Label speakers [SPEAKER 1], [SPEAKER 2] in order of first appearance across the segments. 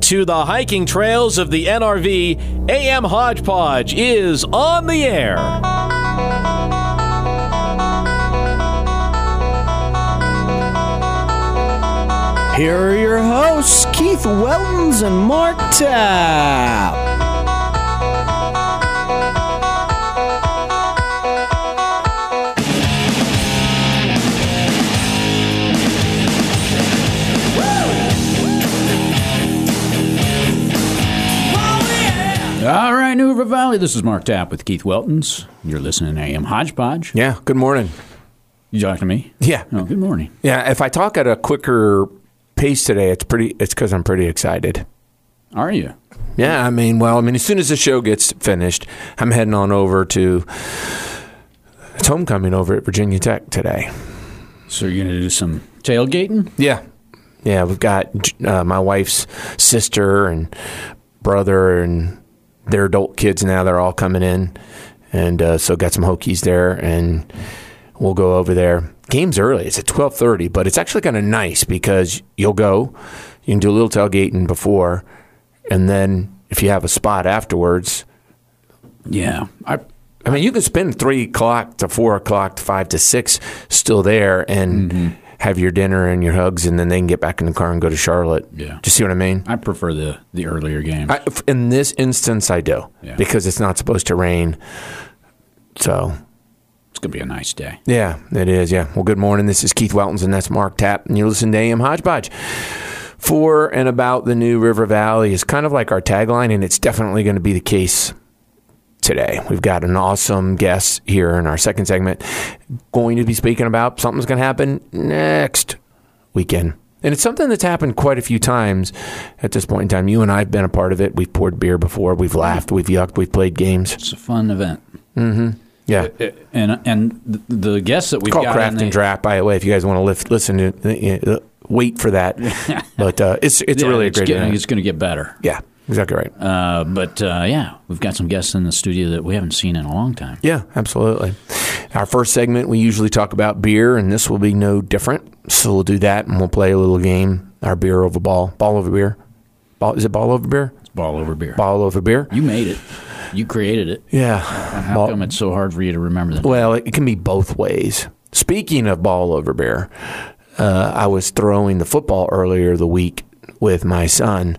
[SPEAKER 1] to the hiking trails of the NRV, AM Hodgepodge is on the air.
[SPEAKER 2] Here are your hosts, Keith Weltons and Mark Tapp.
[SPEAKER 3] All right, New River Valley. This is Mark Tapp with Keith Weltons. You're listening to AM Hodgepodge.
[SPEAKER 4] Yeah. Good morning.
[SPEAKER 3] You talking to me?
[SPEAKER 4] Yeah.
[SPEAKER 3] Oh, good morning.
[SPEAKER 4] Yeah. If I talk at a quicker pace today, it's pretty. It's because I'm pretty excited.
[SPEAKER 3] Are you?
[SPEAKER 4] Yeah. I mean, well, I mean, as soon as the show gets finished, I'm heading on over to. It's homecoming over at Virginia Tech today.
[SPEAKER 3] So you're going to do some tailgating?
[SPEAKER 4] Yeah. Yeah, we've got uh, my wife's sister and brother and their adult kids now. They're all coming in. And uh, so got some Hokies there and we'll go over there. Game's early. It's at 12:30, but it's actually kind of nice because you'll go, you can do a little tailgating before and then if you have a spot afterwards,
[SPEAKER 3] Yeah. I
[SPEAKER 4] I mean, you could spend three o'clock to four o'clock to five to six still there and
[SPEAKER 3] Mm-hmm.
[SPEAKER 4] have your dinner and your hugs, and then they can get back in the car and go to Charlotte.
[SPEAKER 3] Yeah.
[SPEAKER 4] Do you see what I mean?
[SPEAKER 3] I prefer the the earlier game.
[SPEAKER 4] I, f- in this instance, I do
[SPEAKER 3] Yeah.
[SPEAKER 4] because it's not supposed to rain. So,
[SPEAKER 3] it's going to be a nice day.
[SPEAKER 4] yeah, it is. Yeah. Well, good morning. This is Keith Weltons, and that's Mark Tapp, and you're listening to AM Hodgepodge. For and about the new River Valley is kind of like our tagline, and it's definitely going to be the case today. We've got an awesome guest here in our second segment going to be speaking about something's going to happen next weekend. And it's something that's happened quite a few times at this point in time. You and I have been a part of it. We've poured beer before. We've laughed. We've yucked. We've played games.
[SPEAKER 3] It's a fun event.
[SPEAKER 4] Yeah.
[SPEAKER 3] And and the- the guests that we've
[SPEAKER 4] It's called
[SPEAKER 3] got
[SPEAKER 4] Craft
[SPEAKER 3] in the-
[SPEAKER 4] and Draft, by the way. If you guys want to lift, listen to, uh, wait for that. but uh, it's it's
[SPEAKER 3] Yeah,
[SPEAKER 4] really a
[SPEAKER 3] it's
[SPEAKER 4] great
[SPEAKER 3] getting,
[SPEAKER 4] event.
[SPEAKER 3] It's going to get better.
[SPEAKER 4] Yeah, exactly right.
[SPEAKER 3] Uh, but uh, yeah, we've got some guests in the studio that we haven't seen in a long time.
[SPEAKER 4] yeah, absolutely. Our first segment, we usually talk about beer, and this will be no different. So we'll do that, and we'll play a little game. Our beer over ball, ball over beer. Ball, is it ball over beer?
[SPEAKER 3] It's ball over beer.
[SPEAKER 4] Ball over beer.
[SPEAKER 3] You made it. You created it.
[SPEAKER 4] Yeah.
[SPEAKER 3] How
[SPEAKER 4] Ball-
[SPEAKER 3] come it's so hard for you to remember that?
[SPEAKER 4] Well, it can be both ways. Speaking of ball over beer, uh, I was throwing the football earlier the week with my son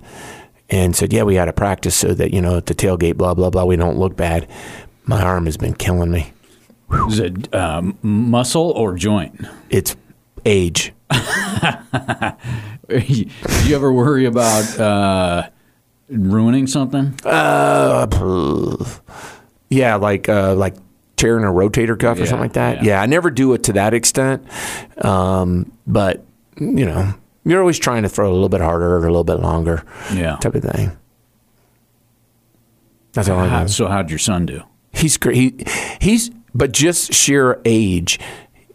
[SPEAKER 4] and said, Yeah, we got to practice so that, you know, at the tailgate, blah, blah, blah, we don't look bad. My arm has been killing me.
[SPEAKER 3] Is it uh, muscle or joint?
[SPEAKER 4] It's age.
[SPEAKER 3] you ever worry about uh, ruining something?
[SPEAKER 4] Uh, pff. yeah, like, uh, like, Tearing a rotator cuff or
[SPEAKER 3] Yeah,
[SPEAKER 4] something like that.
[SPEAKER 3] yeah.
[SPEAKER 4] Yeah. I never do it to that extent. Um, but, you know, you're always trying to throw a little bit harder or a little bit longer.
[SPEAKER 3] Yeah.
[SPEAKER 4] type of thing. That's all I
[SPEAKER 3] How-
[SPEAKER 4] know.
[SPEAKER 3] so how'd your son do?
[SPEAKER 4] He's cra- he, he's but just sheer age,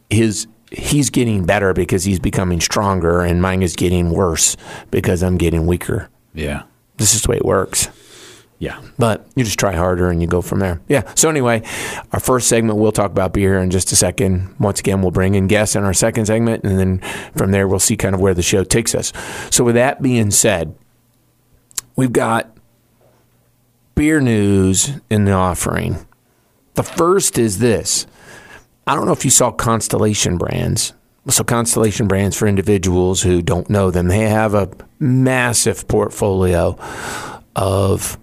[SPEAKER 4] his he's getting better because he's becoming stronger, and mine is getting worse because I'm getting weaker.
[SPEAKER 3] Yeah.
[SPEAKER 4] This is the way it works.
[SPEAKER 3] Yeah.
[SPEAKER 4] But you just try harder and you go from there. Yeah. So anyway, our first segment we'll talk about beer in just a second. Once again, we'll bring in guests in our second segment, and then from there we'll see kind of where the show takes us. So with that being said, we've got beer news in the offering. The first is this. I don't know if you saw Constellation Brands. So, Constellation Brands, for individuals who don't know them, they have a massive portfolio of.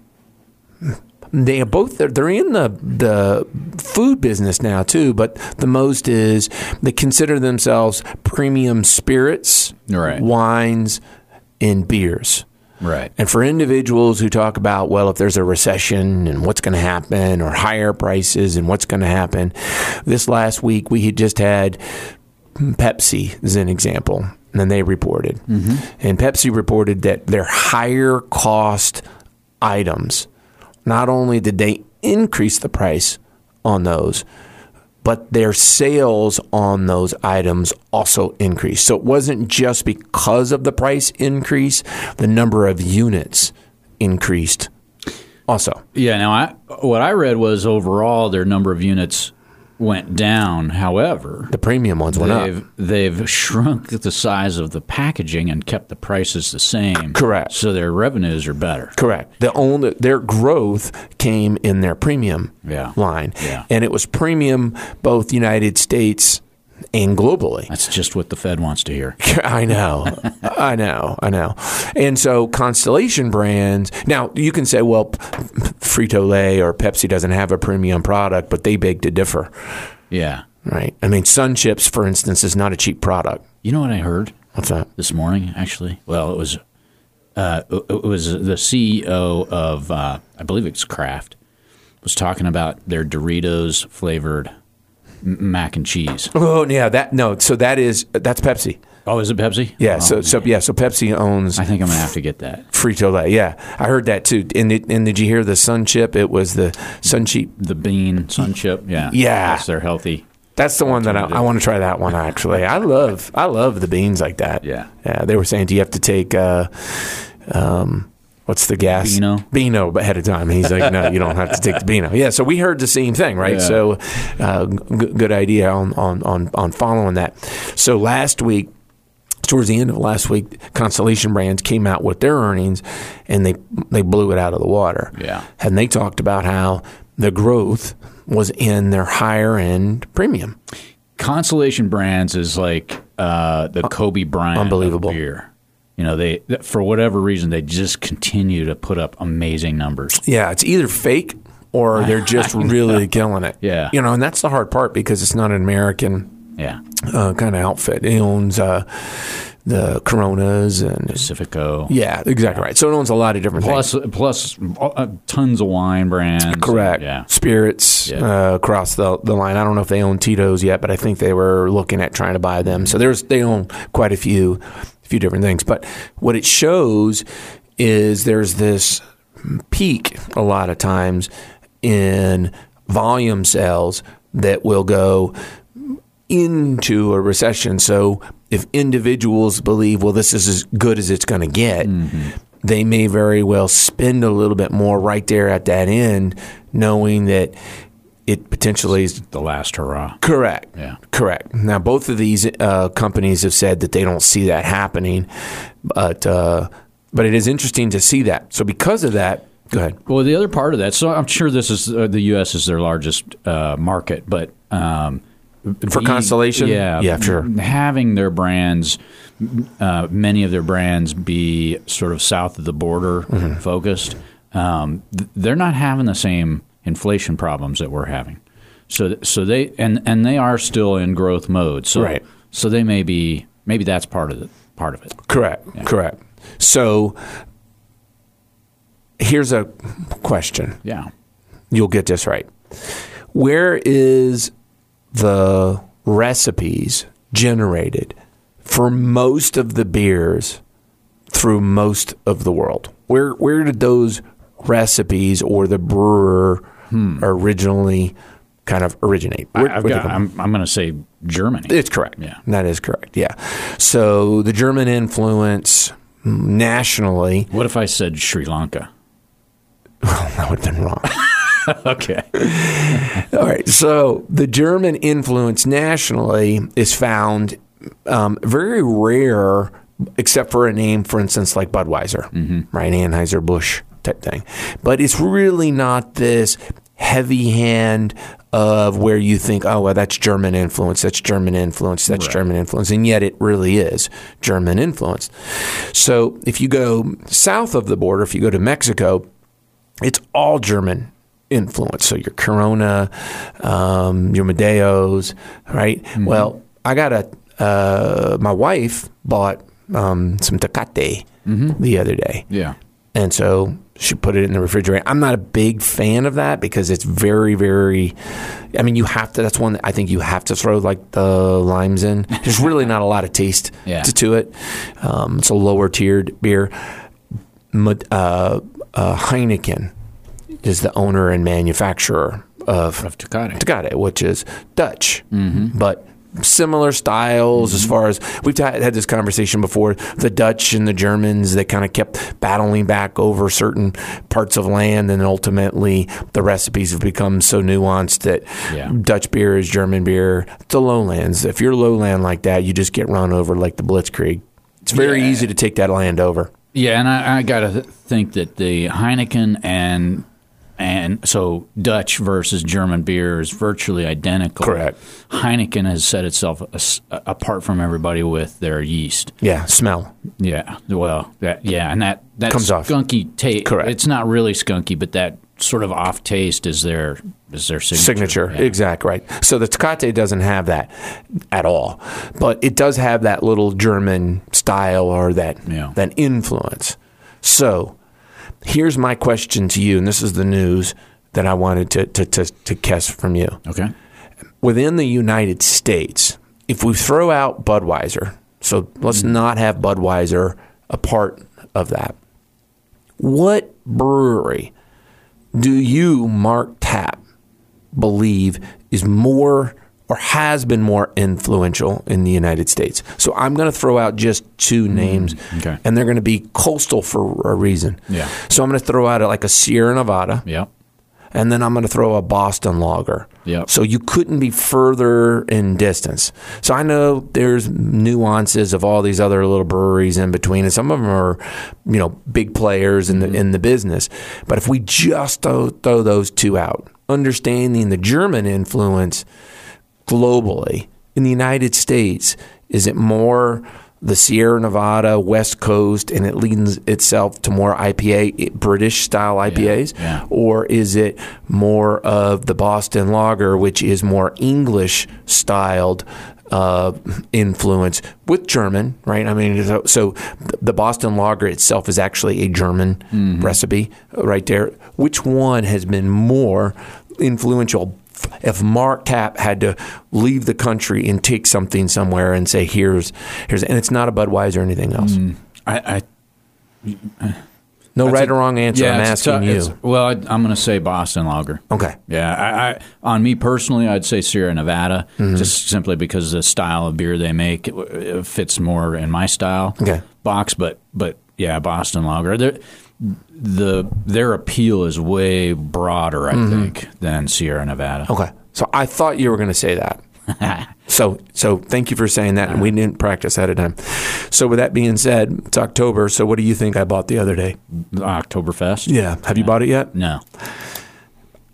[SPEAKER 4] They are both, they're, they're in the, the food business now too, but the most is they consider themselves premium spirits,
[SPEAKER 3] Right.
[SPEAKER 4] wines, and beers.
[SPEAKER 3] Right.
[SPEAKER 4] And for individuals who talk about, well, if there's a recession and what's going to happen, or higher prices and what's going to happen, this last week we had just had Pepsi as an example, and then they reported. And Pepsi reported that their higher cost items, not only did they increase the price on those, but their sales on those items also increased. So it wasn't just because of the price increase, the number of units increased also.
[SPEAKER 3] Yeah. Now, I, what I read was overall their number of units went down. However,
[SPEAKER 4] The premium ones went up.
[SPEAKER 3] they've they've shrunk the size of the packaging and kept the prices the same.
[SPEAKER 4] Correct.
[SPEAKER 3] So their revenues are better.
[SPEAKER 4] Correct. The only their growth came in their premium
[SPEAKER 3] Yeah.
[SPEAKER 4] line,
[SPEAKER 3] Yeah.
[SPEAKER 4] and it was premium both United States and globally.
[SPEAKER 3] That's just what the Fed wants to hear.
[SPEAKER 4] I know, I know, I know. And so Constellation brands. Now you can say, well, Frito Lay or Pepsi doesn't have a premium product, but they beg to differ,
[SPEAKER 3] Yeah.
[SPEAKER 4] right? I mean, Sun Chips, for instance, is not a cheap product.
[SPEAKER 3] You know what I heard
[SPEAKER 4] What's that?
[SPEAKER 3] this morning? Actually, well, it was uh, it it was the CEO of uh, I believe it's Kraft was talking about their Doritos flavored m- mac and cheese.
[SPEAKER 4] Oh yeah, that no. So that is that's Pepsi.
[SPEAKER 3] Oh, is it Pepsi?
[SPEAKER 4] Yeah.
[SPEAKER 3] Oh,
[SPEAKER 4] so so yeah. So Pepsi owns
[SPEAKER 3] I think I'm gonna have to get that.
[SPEAKER 4] Frito Lay. Yeah, I heard that too. And it, and did you hear the Sun Chip? It was the Sun Chip.
[SPEAKER 3] The bean sun chip. Yeah.
[SPEAKER 4] Yeah.
[SPEAKER 3] Yes, they're healthy.
[SPEAKER 4] That's the one that I, I want to try. That one actually, I love. I love the beans like that.
[SPEAKER 3] Yeah.
[SPEAKER 4] yeah. They were saying, do you have to take? Uh, um, What's the gas?
[SPEAKER 3] Beano?
[SPEAKER 4] Beano ahead of time. He's like, no, you don't have to take the Beano. Yeah, so we heard the same thing, right?
[SPEAKER 3] Yeah.
[SPEAKER 4] So, uh, g- good idea on, on, on, on following that. So, last week, towards the end of last week, Constellation Brands came out with their earnings, and they they blew it out of the water.
[SPEAKER 3] Yeah.
[SPEAKER 4] and they talked about how the growth was in their higher end premium.
[SPEAKER 3] Constellation Brands is like uh, the Kobe Bryant
[SPEAKER 4] Unbelievable.
[SPEAKER 3] of beer. You know, they th- for whatever reason they just continue to put up amazing numbers.
[SPEAKER 4] Yeah, it's either fake or they're just really killing it.
[SPEAKER 3] Yeah.
[SPEAKER 4] you know, and that's the hard part because it's not an American
[SPEAKER 3] Yeah,
[SPEAKER 4] uh, kind of outfit. It owns uh, the Coronas and.
[SPEAKER 3] Pacifico.
[SPEAKER 4] Yeah, exactly right. So it owns a lot of different things.
[SPEAKER 3] Plus, plus uh, tons of wine brands.
[SPEAKER 4] Correct.
[SPEAKER 3] Yeah.
[SPEAKER 4] Spirits
[SPEAKER 3] Yeah.
[SPEAKER 4] uh, across the, the line. I don't know if they own Tito's yet, but I think they were looking at trying to buy them. So there's they own quite a few few different things. But what it shows is there's this peak a lot of times in volume sales that will go into a recession. So if individuals believe, well, this is as good as it's going to get,
[SPEAKER 3] Mm-hmm.
[SPEAKER 4] they may very well spend a little bit more right there at that end, knowing that it potentially is
[SPEAKER 3] The last hurrah.
[SPEAKER 4] Correct.
[SPEAKER 3] Yeah.
[SPEAKER 4] Correct. Now, both of these uh, companies have said that they don't see that happening, but uh, but it is interesting to see that. So because of that, go ahead.
[SPEAKER 3] Well, the other part of that. So I'm sure this is uh, the U.S. is their largest uh, market, but um,
[SPEAKER 4] For Constellation?
[SPEAKER 3] yeah,
[SPEAKER 4] Yeah, sure.
[SPEAKER 3] Having their brands, uh, many of their brands, be sort of south of the border
[SPEAKER 4] Mm-hmm.
[SPEAKER 3] focused. Um, th- they're not having the same inflation problems that we're having. So, th- so they and and they are still in growth mode. So,
[SPEAKER 4] Right.
[SPEAKER 3] so they may be maybe that's part of the part of it.
[SPEAKER 4] Correct. Correct. So here's a question.
[SPEAKER 3] Yeah.
[SPEAKER 4] You'll get this right. Where is the recipes generated for most of the beers through most of the world? Where where did those recipes or the brewer originally kind of originate? Where-
[SPEAKER 3] Hmm. I, have
[SPEAKER 4] where'd they
[SPEAKER 3] got,
[SPEAKER 4] come
[SPEAKER 3] I'm, I'm going to say Germany.
[SPEAKER 4] it's correct.
[SPEAKER 3] Yeah.
[SPEAKER 4] That is correct. Yeah. So the German influence mm, nationally,
[SPEAKER 3] what if I said Sri Lanka?
[SPEAKER 4] that would have been wrong.
[SPEAKER 3] Okay.
[SPEAKER 4] All right. So the German influence nationally is found um, very rare, except for a name, for instance, like Budweiser, right? Anheuser Busch type thing. But it's really not this heavy hand of where you think, oh, well, that's German influence, that's German influence, that's German influence. And yet it really is German influence. So if you go south of the border, if you go to Mexico, it's all German influence. So your Corona, um, your Medeos, right? Well, I got a, uh, my wife bought um, some Tecate the other day.
[SPEAKER 3] Yeah.
[SPEAKER 4] And so she put it in the refrigerator. I'm not a big fan of that because it's very, very. I mean, you have to. That's one that I think you have to throw like the limes in. There's really not a lot of taste
[SPEAKER 3] Yeah.
[SPEAKER 4] to, to it. Um, it's a lower tiered beer. Mud- Uh, uh, Heineken is the owner and manufacturer of
[SPEAKER 3] Of Tecate.
[SPEAKER 4] Tecate, which is Dutch, but similar styles as far as we've ta- had this conversation before. The Dutch and the Germans that kind of kept battling back over certain parts of land, and ultimately the recipes have become so nuanced that
[SPEAKER 3] Yeah.
[SPEAKER 4] Dutch beer is German beer. It's the lowlands. If you're lowland like that, you just get run over like the Blitzkrieg. It's very easy to take that land over.
[SPEAKER 3] Yeah, and I, I got to think that the Heineken and and so Dutch versus German beer is virtually identical.
[SPEAKER 4] Correct.
[SPEAKER 3] Heineken has set itself as, uh, apart from everybody with their yeast.
[SPEAKER 4] Yeah, smell.
[SPEAKER 3] Yeah. Well, that yeah, and that that
[SPEAKER 4] Comes off.
[SPEAKER 3] skunky taste.
[SPEAKER 4] Correct.
[SPEAKER 3] It's not really skunky, but that sort of off taste is their is their signature.
[SPEAKER 4] signature. Exact right. So the Tecate doesn't have that at all, but it does have that little German style or that
[SPEAKER 3] Yeah.
[SPEAKER 4] that influence. So here's my question to you, and this is the news that I wanted to to to, to guess from you.
[SPEAKER 3] Okay.
[SPEAKER 4] Within the United States, if we throw out Budweiser, so let's
[SPEAKER 3] Mm-hmm.
[SPEAKER 4] not have Budweiser a part of that. What brewery do you, Mark Tapp, believe is more or has been more influential in the United States? So I'm going to throw out just two names,
[SPEAKER 3] Mm-hmm. okay.
[SPEAKER 4] and they're going to be coastal for a reason.
[SPEAKER 3] Yeah.
[SPEAKER 4] So I'm going to throw out like a Sierra Nevada,
[SPEAKER 3] Yep.
[SPEAKER 4] and then I'm going to throw a Boston Lager.
[SPEAKER 3] Yep.
[SPEAKER 4] So you couldn't be further in distance. So I know there's nuances of all these other little breweries in between, and some of them are, you know, big players in the in the business. But if we just throw, throw those two out, understanding the German influence globally in the United States, is it more the Sierra Nevada West Coast and it leans itself to more IPA British style IPAs
[SPEAKER 3] yeah.
[SPEAKER 4] or is it more of the Boston Lager which is more English styled uh, influence with German right I mean so, so the Boston Lager itself is actually a German
[SPEAKER 3] Mm-hmm.
[SPEAKER 4] recipe uh, right there which one has been more influential if Mark Tapp had to leave the country and take something somewhere and say, "Here's, here's," and it's not a Budweiser or anything else.
[SPEAKER 3] I, I
[SPEAKER 4] No right or wrong answer. I'm
[SPEAKER 3] it's
[SPEAKER 4] asking
[SPEAKER 3] tou- it's-
[SPEAKER 4] you.
[SPEAKER 3] Well, I, I'm going to say Boston Lager.
[SPEAKER 4] Okay.
[SPEAKER 3] Yeah, I, I on me personally, I'd say Sierra Nevada,
[SPEAKER 4] Mm-hmm.
[SPEAKER 3] just simply because the style of beer they make it, it fits more in my style
[SPEAKER 4] Okay.
[SPEAKER 3] box. But but yeah, Boston Lager. They're, the their appeal is way broader, I
[SPEAKER 4] Mm-hmm.
[SPEAKER 3] think, than Sierra Nevada.
[SPEAKER 4] Okay. So I thought you were going to say that. so so thank you for saying that. And we didn't practice ahead of time. So with that being said, it's October. So what do you think I bought the other day?
[SPEAKER 3] Oktoberfest.
[SPEAKER 4] Yeah. Have you bought it yet?
[SPEAKER 3] No.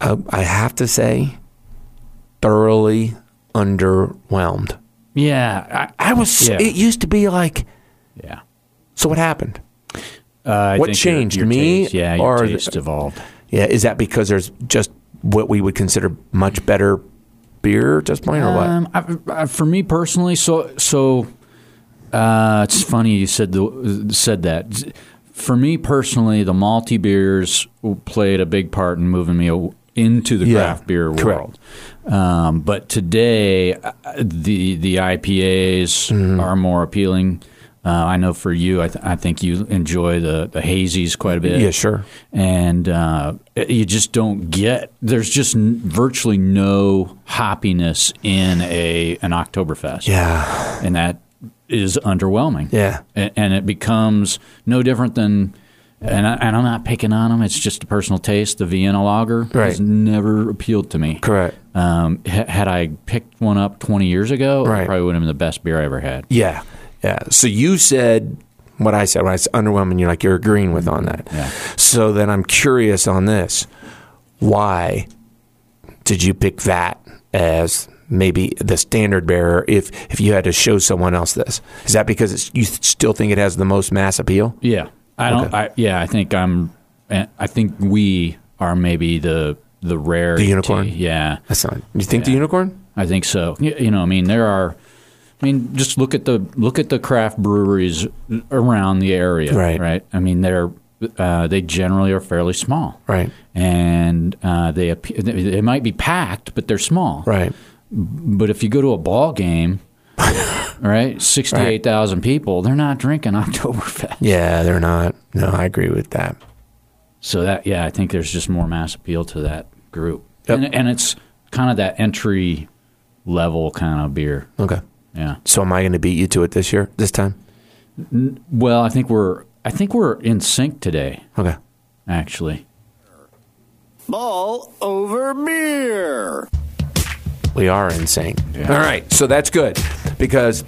[SPEAKER 4] Uh, I have to say, thoroughly underwhelmed.
[SPEAKER 3] Yeah. I,
[SPEAKER 4] I was.
[SPEAKER 3] Yeah.
[SPEAKER 4] It used to be like.
[SPEAKER 3] yeah.
[SPEAKER 4] So what happened?
[SPEAKER 3] Uh, I
[SPEAKER 4] What
[SPEAKER 3] your-
[SPEAKER 4] changed,
[SPEAKER 3] your
[SPEAKER 4] me
[SPEAKER 3] Taste, yeah, your
[SPEAKER 4] or the-
[SPEAKER 3] taste evolved.
[SPEAKER 4] Yeah, is that because there's just what we would consider much better beer at this point, or what?
[SPEAKER 3] Um, I, I, for me personally, so so uh, it's funny you said the, said that. For me personally, the malty beers played a big part in moving me aw- into the
[SPEAKER 4] Yeah,
[SPEAKER 3] craft beer
[SPEAKER 4] correct.
[SPEAKER 3] world. Um, but today, uh, the the IPAs
[SPEAKER 4] Mm-hmm.
[SPEAKER 3] are more appealing. Uh, I know for you, I, th- I think you enjoy the, the hazies quite a bit
[SPEAKER 4] Yeah, sure.
[SPEAKER 3] and uh, you just don't get. There's just n- virtually no hoppiness in a an Oktoberfest,
[SPEAKER 4] Yeah,
[SPEAKER 3] and that is underwhelming.
[SPEAKER 4] Yeah.
[SPEAKER 3] A- and, it becomes no different than. And, I, and I'm not picking on them. It's just a personal taste. The Vienna lager
[SPEAKER 4] Right.
[SPEAKER 3] has never appealed to me.
[SPEAKER 4] Correct.
[SPEAKER 3] Um, ha- had I picked one up 20 years ago,
[SPEAKER 4] Right.
[SPEAKER 3] it probably would have been the best beer I ever had.
[SPEAKER 4] yeah, yeah. So you said what I said. When I said underwhelming, you're like you're agreeing with on that.
[SPEAKER 3] Yeah.
[SPEAKER 4] So then I'm curious on this. Why did you pick that as maybe the standard bearer? If if you had to show someone else this, is that because it's, you still think it has the most mass appeal?
[SPEAKER 3] Yeah, I don't. I, yeah, I think I'm. I think we are maybe the the rare
[SPEAKER 4] The unicorn?
[SPEAKER 3] Yeah,
[SPEAKER 4] That's not. You think the
[SPEAKER 3] Yeah.
[SPEAKER 4] unicorn?
[SPEAKER 3] I think so. You, you know, I mean, there are. I mean, just look at the look at the craft breweries around the area.
[SPEAKER 4] Right.
[SPEAKER 3] Right. I mean, they're uh, they generally are fairly small.
[SPEAKER 4] Right.
[SPEAKER 3] And uh, they appe- they they might be packed, but they're small.
[SPEAKER 4] Right.
[SPEAKER 3] But if you go to a ball game, right, sixty eight thousand people, they're not drinking Oktoberfest.
[SPEAKER 4] Yeah, they're not. No, I agree with that.
[SPEAKER 3] So that yeah, I think there's just more mass appeal to that group, and, and it's kind of that entry level kind of beer.
[SPEAKER 4] Okay.
[SPEAKER 3] Yeah.
[SPEAKER 4] So am I going to beat you to it this year, this time?
[SPEAKER 3] Well, I think we're I think we're in sync today.
[SPEAKER 4] Okay.
[SPEAKER 3] Actually,
[SPEAKER 2] Ball over beer.
[SPEAKER 4] We are insane. All right. So that's good because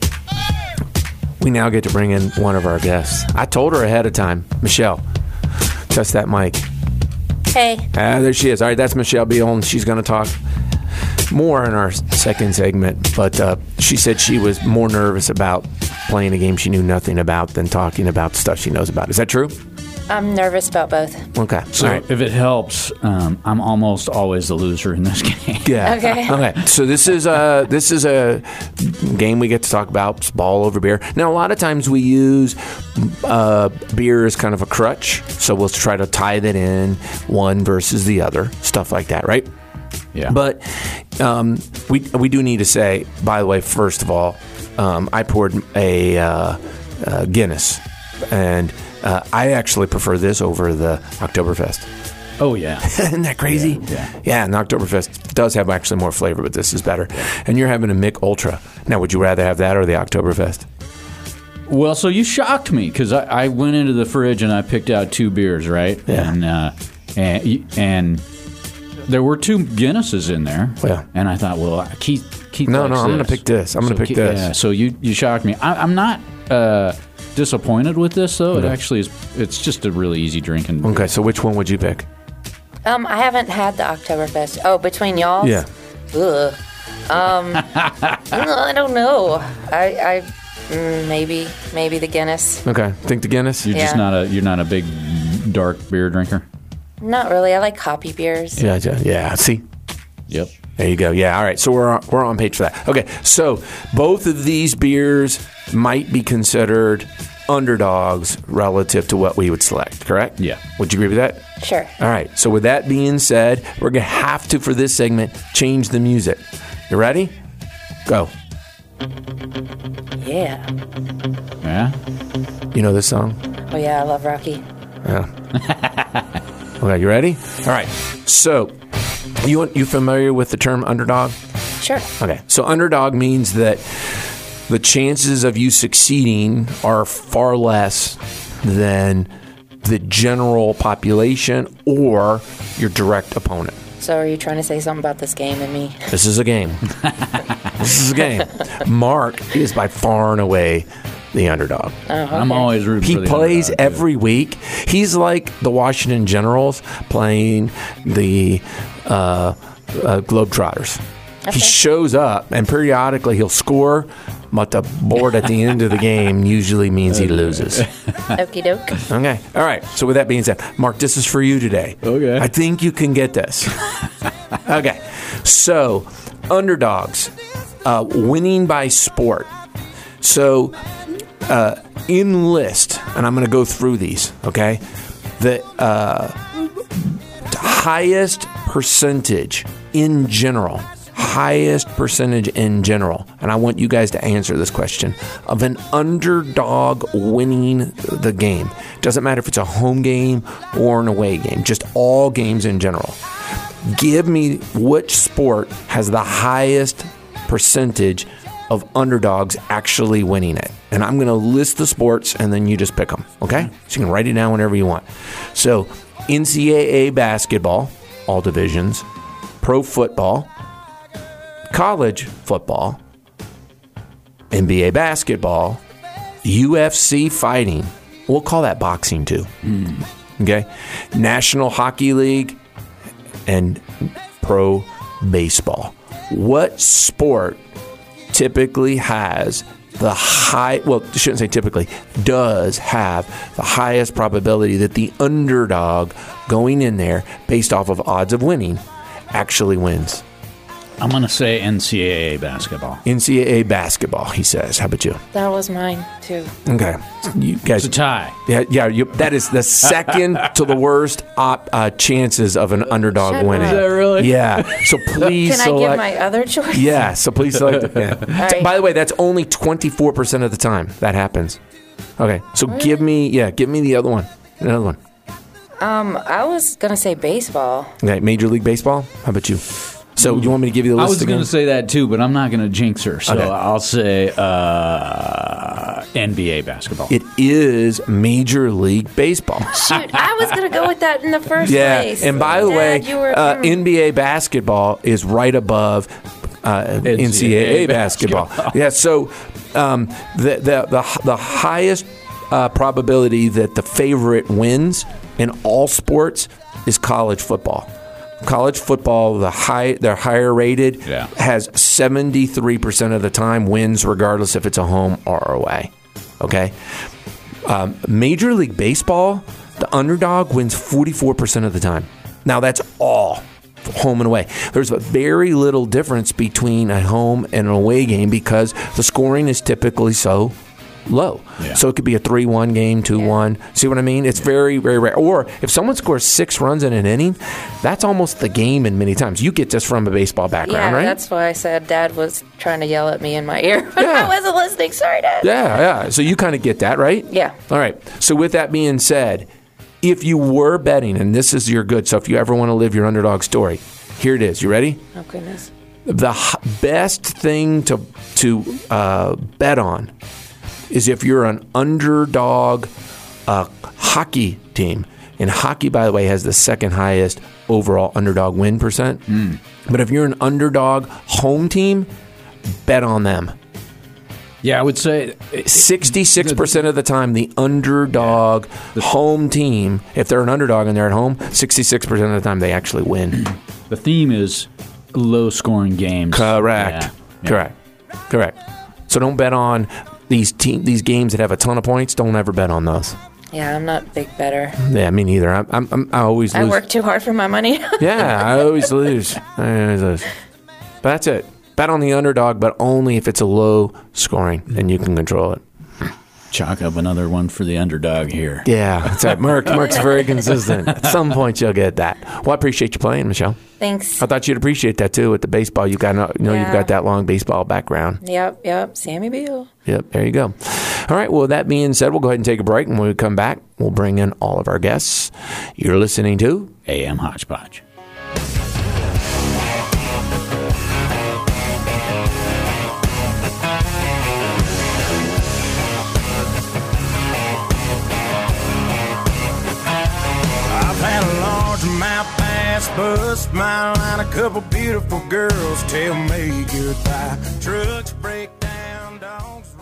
[SPEAKER 4] we now get to bring in one of our guests. I told her ahead of time, Michelle, test that mic.
[SPEAKER 5] Hey,
[SPEAKER 4] Ah, there she is. All right, that's Michelle Beal, and she's going to talk more in our second segment. But uh, she said she was more nervous about playing a game she knew nothing about than talking about stuff she knows about. Is that true?
[SPEAKER 5] I'm nervous about both.
[SPEAKER 4] Okay.
[SPEAKER 3] so
[SPEAKER 4] All right.
[SPEAKER 3] if it helps, um, I'm almost always the loser in this game.
[SPEAKER 4] Yeah.
[SPEAKER 5] Okay.
[SPEAKER 4] Okay. So this is a this is a game we get to talk about it's ball over beer. Now a lot of times we use uh, beer as kind of a crutch, so we'll try to tie that in one versus the other, stuff like that, right?
[SPEAKER 3] Yeah.
[SPEAKER 4] But um, we we do need to say, by the way, first of all, um, I poured a uh, uh, Guinness, and uh, I actually prefer this over the Oktoberfest.
[SPEAKER 3] oh yeah.
[SPEAKER 4] Isn't that crazy?
[SPEAKER 3] Yeah, yeah.
[SPEAKER 4] and Oktoberfest does have actually more flavor, but this is better. And you're having a Mick Ultra. Now, would you rather have that or the Oktoberfest?
[SPEAKER 3] Well, so you shocked me because I, I went into the fridge and I picked out two beers, right?
[SPEAKER 4] Yeah.
[SPEAKER 3] And uh, and, y- and there were two Guinnesses in there.
[SPEAKER 4] Yeah.
[SPEAKER 3] And I thought, well, Keith, Keith.
[SPEAKER 4] No,
[SPEAKER 3] likes
[SPEAKER 4] no, I'm gonna pick this. I'm gonna
[SPEAKER 3] So
[SPEAKER 4] pick
[SPEAKER 3] Ke-
[SPEAKER 4] this.
[SPEAKER 3] Yeah. So you you shocked me. I, I'm not uh, disappointed with this though. It actually is. It's just a really easy drinking. beer.
[SPEAKER 4] Okay, so which one would you pick?
[SPEAKER 5] Um, I haven't had the Oktoberfest. Oh, between y'all?
[SPEAKER 4] Yeah.
[SPEAKER 5] Ugh. Um, I don't know. I, I mm, maybe, maybe the Guinness.
[SPEAKER 4] Okay, think the Guinness.
[SPEAKER 3] You're just
[SPEAKER 5] Yeah.
[SPEAKER 3] not a you're not a big dark beer drinker.
[SPEAKER 5] Not really. I like hoppy beers.
[SPEAKER 4] Yeah, yeah, yeah. See,
[SPEAKER 3] Yep.
[SPEAKER 4] There you go. Yeah. All right. So we're on, we're on page for that. Okay. So both of these beers might be considered underdogs relative to what we would select. Correct.
[SPEAKER 3] Yeah.
[SPEAKER 4] Would you agree with that?
[SPEAKER 5] Sure.
[SPEAKER 4] All right. So with that being said, we're gonna have to for this segment change the music. You ready? Go.
[SPEAKER 5] Yeah.
[SPEAKER 3] Yeah.
[SPEAKER 4] You know this song?
[SPEAKER 5] Oh yeah, I love Rocky.
[SPEAKER 4] Okay. You ready? All right. So you you familiar with the term underdog?
[SPEAKER 5] Sure.
[SPEAKER 4] Okay. So underdog means that the chances of you succeeding are far less than the general population or your direct opponent.
[SPEAKER 5] So are you trying to say something about this game and me?
[SPEAKER 4] This is a game. this is a game. Mark is by far and away the underdog.
[SPEAKER 3] I'm always rooting
[SPEAKER 4] He
[SPEAKER 3] for the
[SPEAKER 4] plays
[SPEAKER 3] underdog, dude.
[SPEAKER 4] every week. He's like the Washington Generals playing the uh, uh, Globetrotters. He shows up, and periodically he'll score, but the board at the end of the game usually means he loses.
[SPEAKER 5] Okie doke.
[SPEAKER 4] Okay. All right. So with that being said, Mark, this is for you today.
[SPEAKER 3] Okay.
[SPEAKER 4] I think you can get this. okay. So underdogs, uh, winning by sport. So uh, in list, and I'm going to go through these. Okay. The uh, highest percentage in general. Highest percentage in general, and I want you guys to answer this question of an underdog winning the game. Doesn't matter if it's a home game or an away game, just all games in general. Give me which sport has the highest percentage of underdogs actually winning it. And I'm going to list the sports and then you just pick them. Okay? So you can write it down whenever you want. So NCAA basketball, all divisions, pro football, college football, NBA basketball, UFC fighting. We'll call that boxing too. Okay? National Hockey League and pro baseball. What sport typically has the high well I shouldn't say typically does have the highest probability that the underdog going in there based off of odds of winning actually wins
[SPEAKER 3] I'm gonna say NCAA basketball.
[SPEAKER 4] ncaa basketball he says how about you
[SPEAKER 5] That was mine too.
[SPEAKER 4] okay you guys
[SPEAKER 3] It's a tie.
[SPEAKER 4] yeah, yeah you, that is the second to the worst op, uh, chances of an underdog
[SPEAKER 5] Shut
[SPEAKER 4] winning
[SPEAKER 5] up. Is that
[SPEAKER 3] really?
[SPEAKER 4] yeah so please
[SPEAKER 5] Can I
[SPEAKER 4] select
[SPEAKER 5] give my other choice?
[SPEAKER 4] Yeah, so please select it. Yeah.
[SPEAKER 5] right.
[SPEAKER 4] By the way, that's only 24% of the time that happens. Okay, so give me, yeah, give me the other one. Another one.
[SPEAKER 5] I was gonna say baseball.
[SPEAKER 4] Okay, Major League Baseball? How about you? So you want me to give you the
[SPEAKER 3] Hmm. I
[SPEAKER 4] list
[SPEAKER 3] was
[SPEAKER 4] again?
[SPEAKER 3] going to say that too, but I'm not going to jinx her. So
[SPEAKER 4] Okay.
[SPEAKER 3] I'll say uh, NBA basketball.
[SPEAKER 4] it is Major League Baseball.
[SPEAKER 5] Shoot, I was gonna go with that in the first
[SPEAKER 4] Yeah,
[SPEAKER 5] place.
[SPEAKER 4] and by the
[SPEAKER 5] Dad,
[SPEAKER 4] way,
[SPEAKER 5] you were,
[SPEAKER 4] uh,
[SPEAKER 5] mm.
[SPEAKER 4] NBA basketball is right above uh, NCAA,
[SPEAKER 3] NCAA
[SPEAKER 4] basketball.
[SPEAKER 3] basketball.
[SPEAKER 4] yeah, so um, the, the the the highest uh, probability that the favorite wins in all sports is college football. College football, the high, they're higher rated,
[SPEAKER 3] Yeah.
[SPEAKER 4] has seventy three percent of the time wins, regardless if it's a home or away. Okay, Major League Baseball, the underdog wins 44% of the time. Now, that's all home and away. There's a very little difference between a home and an away game because the scoring is typically so low.
[SPEAKER 3] Yeah.
[SPEAKER 4] So it could be a 3 1 game, 2 1. See what I mean? It's very, very rare. Or if someone scores six runs in an inning, that's almost the game in many times. You get this from a baseball background,
[SPEAKER 5] yeah,
[SPEAKER 4] right?
[SPEAKER 5] that's why I said Dad was trying to yell at me in my ear, but
[SPEAKER 4] Yeah.
[SPEAKER 5] I wasn't listening. Sorry, Dad.
[SPEAKER 4] Yeah, yeah. So you kind of get that, right?
[SPEAKER 5] Yeah.
[SPEAKER 4] All right. So with that being said, if you were betting, and this is your good, so if you ever want to live your underdog story, here it is. You ready?
[SPEAKER 5] Oh goodness.
[SPEAKER 4] The h- best thing to to uh, bet on is if you're an underdog uh, hockey team. And hockey, by the way, has the second highest overall underdog win percent. But if you're an underdog home team, bet on them.
[SPEAKER 3] yeah, I would say
[SPEAKER 4] Sixty-six percent of the time, the underdog home team, if they're an underdog and they're at home, sixty-six percent of the time they actually win.
[SPEAKER 3] the theme is low scoring games.
[SPEAKER 4] Correct.
[SPEAKER 3] Yeah. Yeah.
[SPEAKER 4] Correct. Correct. So don't bet on these team these games that have a ton of points. Don't ever bet on those.
[SPEAKER 5] Yeah, I'm not big better.
[SPEAKER 4] Yeah, me neither. I'm, I'm, I'm I always
[SPEAKER 5] I
[SPEAKER 4] lose.
[SPEAKER 5] work too hard for my money.
[SPEAKER 4] Yeah, I always lose. I always lose. But that's it. Bet on the underdog, but only if it's a low scoring and you can control it.
[SPEAKER 3] Chalk up another one for the underdog here.
[SPEAKER 4] Yeah, that's right. Merck, Merck's very consistent. At some point, you'll get that. Well, I appreciate you playing, Michelle.
[SPEAKER 5] Thanks.
[SPEAKER 4] I thought you'd appreciate that too with the baseball. You got you know you've
[SPEAKER 5] Yeah.
[SPEAKER 4] got that long baseball background.
[SPEAKER 5] Yep, yep. Sammy Beal.
[SPEAKER 4] Yep, there you go. All right. Well, that being said, we'll go ahead and take a break, and when we come back, we'll bring in all of our guests. You're listening to
[SPEAKER 3] AM hodgepodge.
[SPEAKER 6] I've had a large amount pass, bust my line. A couple beautiful girls tell me goodbye. Trucks break down, dogs.